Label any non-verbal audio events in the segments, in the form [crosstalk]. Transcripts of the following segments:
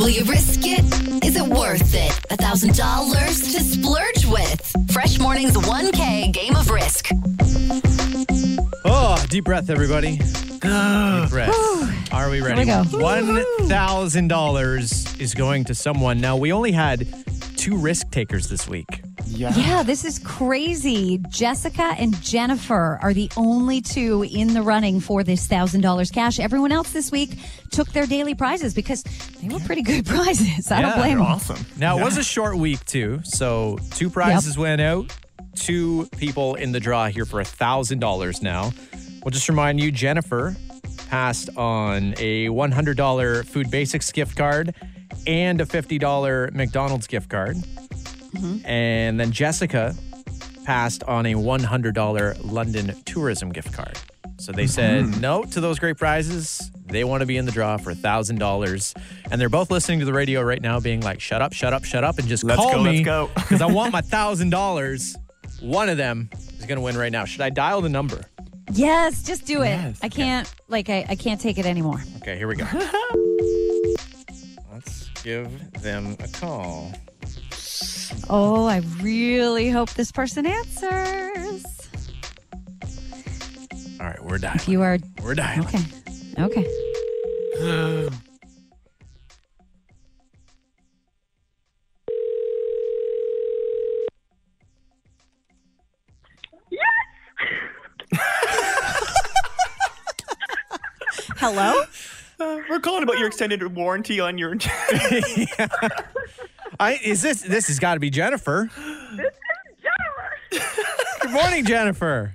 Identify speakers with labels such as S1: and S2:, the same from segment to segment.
S1: Will you risk it? Is it worth it? $1,000 to splurge with. Fresh Mornings 1K Game of Risk.
S2: Oh, deep breath, everybody. deep breath. Are we ready?
S3: we go.
S2: One thousand dollars is going to someone. Now we only had two risk takers this week.
S3: Yeah, this is crazy. Jessica and Jennifer are the only two in the running for this $1,000 cash. Everyone else this week took their daily prizes because they were pretty good [laughs] prizes. I
S2: Yeah,
S3: don't blame
S4: They're
S3: them.
S4: awesome.
S2: Now it was a short week too, so two prizes went out. Two people in the draw here for thousand dollars. Now we'll just remind you, Jennifer passed on a one hundred dollar Food Basics gift card and a fifty dollar McDonald's gift card, and then Jessica passed on a one hundred dollar London tourism gift card. So they
S4: Mm-hmm.
S2: said no to those great prizes. They want to be in the draw for thousand dollars, and they're both listening to the radio right now, being like, "Shut up, shut up, shut up," and just
S4: Let's
S2: call
S4: go,
S2: me [laughs]
S4: let's go.
S2: because I
S4: [laughs]
S2: want my thousand dollars. One of them is going to win right now. Should I dial the number?
S3: Yes, just do it.
S4: Yes.
S3: I can't, like, I, I can't take it anymore.
S2: Okay, here we
S4: [laughs]
S2: go. Let's give them a call.
S3: Oh, I really hope this person answers.
S2: All right, we're dialing.
S3: If you are,
S2: we're dialing.
S3: okay. Okay. Hello?
S4: [laughs] We're calling about your extended warranty on your.
S2: I, is this this has got to be Jennifer?
S5: Jennifer!
S2: Good morning, Jennifer.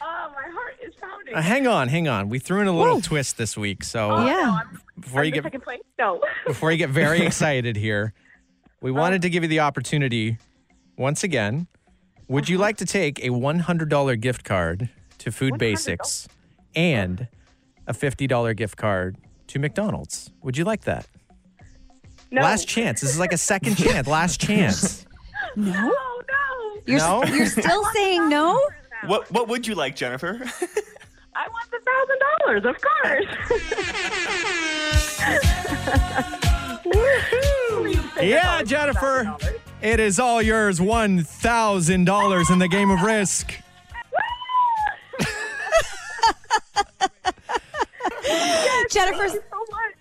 S5: Oh, my heart is pounding.
S2: Uh, hang on, hang on. We threw in a little twist this week, so
S3: Oh, Yeah.
S2: before you
S5: I'm in
S2: get
S5: second place?
S2: [laughs]
S5: No.
S2: before you get very excited here, we wanted to give you the opportunity once again. Would you like to take a $100 gift card to Food Basics and a $50 gift card to McDonald's? Would you like that?
S5: No.
S2: Last chance. This is like a second chance. Last chance.
S3: No?
S5: Oh, no.
S3: You're,
S2: No?
S3: you're still saying no?
S4: [laughs]
S5: Now.
S4: what What would you like, Jennifer? [laughs]
S5: I want the $1,000, of course.
S2: Yeah, Jennifer. It is all yours. $1,000 in the game of risk. [laughs]
S3: Jennifer's
S5: Thank you so much.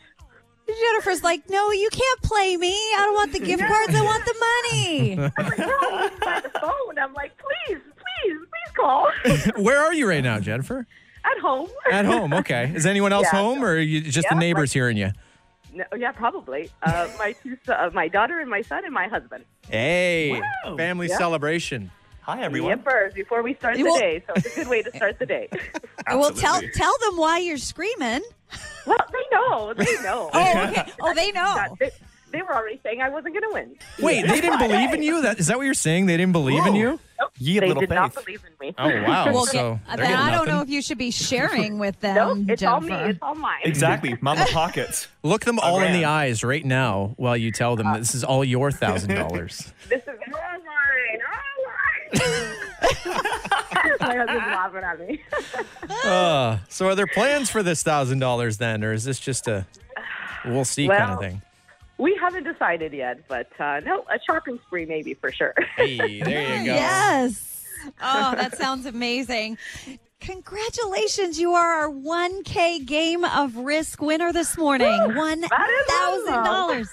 S3: Jennifer's like, no, you can't play me. I don't want the gift cards. I want the [laughs] money.
S5: By the phone, I'm like, please, please, please
S2: [laughs]
S5: call.
S2: Where are you right now, Jennifer?
S5: At home.
S2: At home. Okay. Is anyone else
S5: Yeah.
S2: home or are you just the
S5: Yeah,
S2: neighbors hearing you?
S5: No, yeah, probably. Uh, my two, so- uh, my daughter and my son and my husband.
S2: Hey,
S4: Wow.
S2: family
S5: Yeah.
S2: celebration.
S4: Hi, everyone.
S5: Yippers! Before we start the
S3: You will-
S5: day, so it's a good way to start the
S2: [laughs]
S5: day.
S3: well, tell
S4: Absolutely.
S3: tell them why you're screaming.
S5: well, they know. They know.
S3: [laughs] Oh, okay. Oh, they know.
S5: They, they were already saying I wasn't going to win.
S2: Wait, they didn't believe in you? That is that what you're saying? They didn't believe in
S4: Whoa.
S2: you?
S4: Oh, Ye of
S5: they
S4: little
S5: did
S4: faith.
S5: not believe in me.
S2: Oh wow!
S3: Well,
S2: so
S3: get-
S2: they're
S3: then I don't
S2: getting
S3: know
S2: nothing.
S3: if you should be sharing
S5: [laughs]
S3: with them,
S5: No, it's all
S3: Jennifer.
S5: me. It's all mine.
S4: Exactly, Mama Pockets.
S2: Look them all in
S4: Iran.
S2: the eyes right now while you tell them this is all your thousand dollars.
S5: This is all mine. All mine. [laughs] My husband's laughing at me. [laughs]
S2: Uh, so, are there plans for this thousand dollars then, or is this just a we'll see kind of
S5: Well-
S2: thing?
S5: We haven't decided yet, but uh, no, a shopping spree maybe for sure. [laughs]
S2: Hey, there you go.
S3: Yes. Oh, that sounds amazing. Congratulations. You are our 1K game of risk winner this morning. $1,000.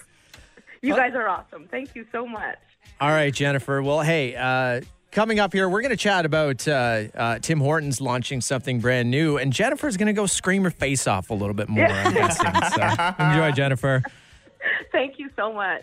S5: You guys are awesome. Thank you so much.
S2: All right, Jennifer. Well, hey, uh, coming up here, we're going to chat about uh, uh, Tim Hortons launching something brand new, and Jennifer's going to go scream her face off a little bit more. I'm guessing. So enjoy, Jennifer.
S5: Thank you so much.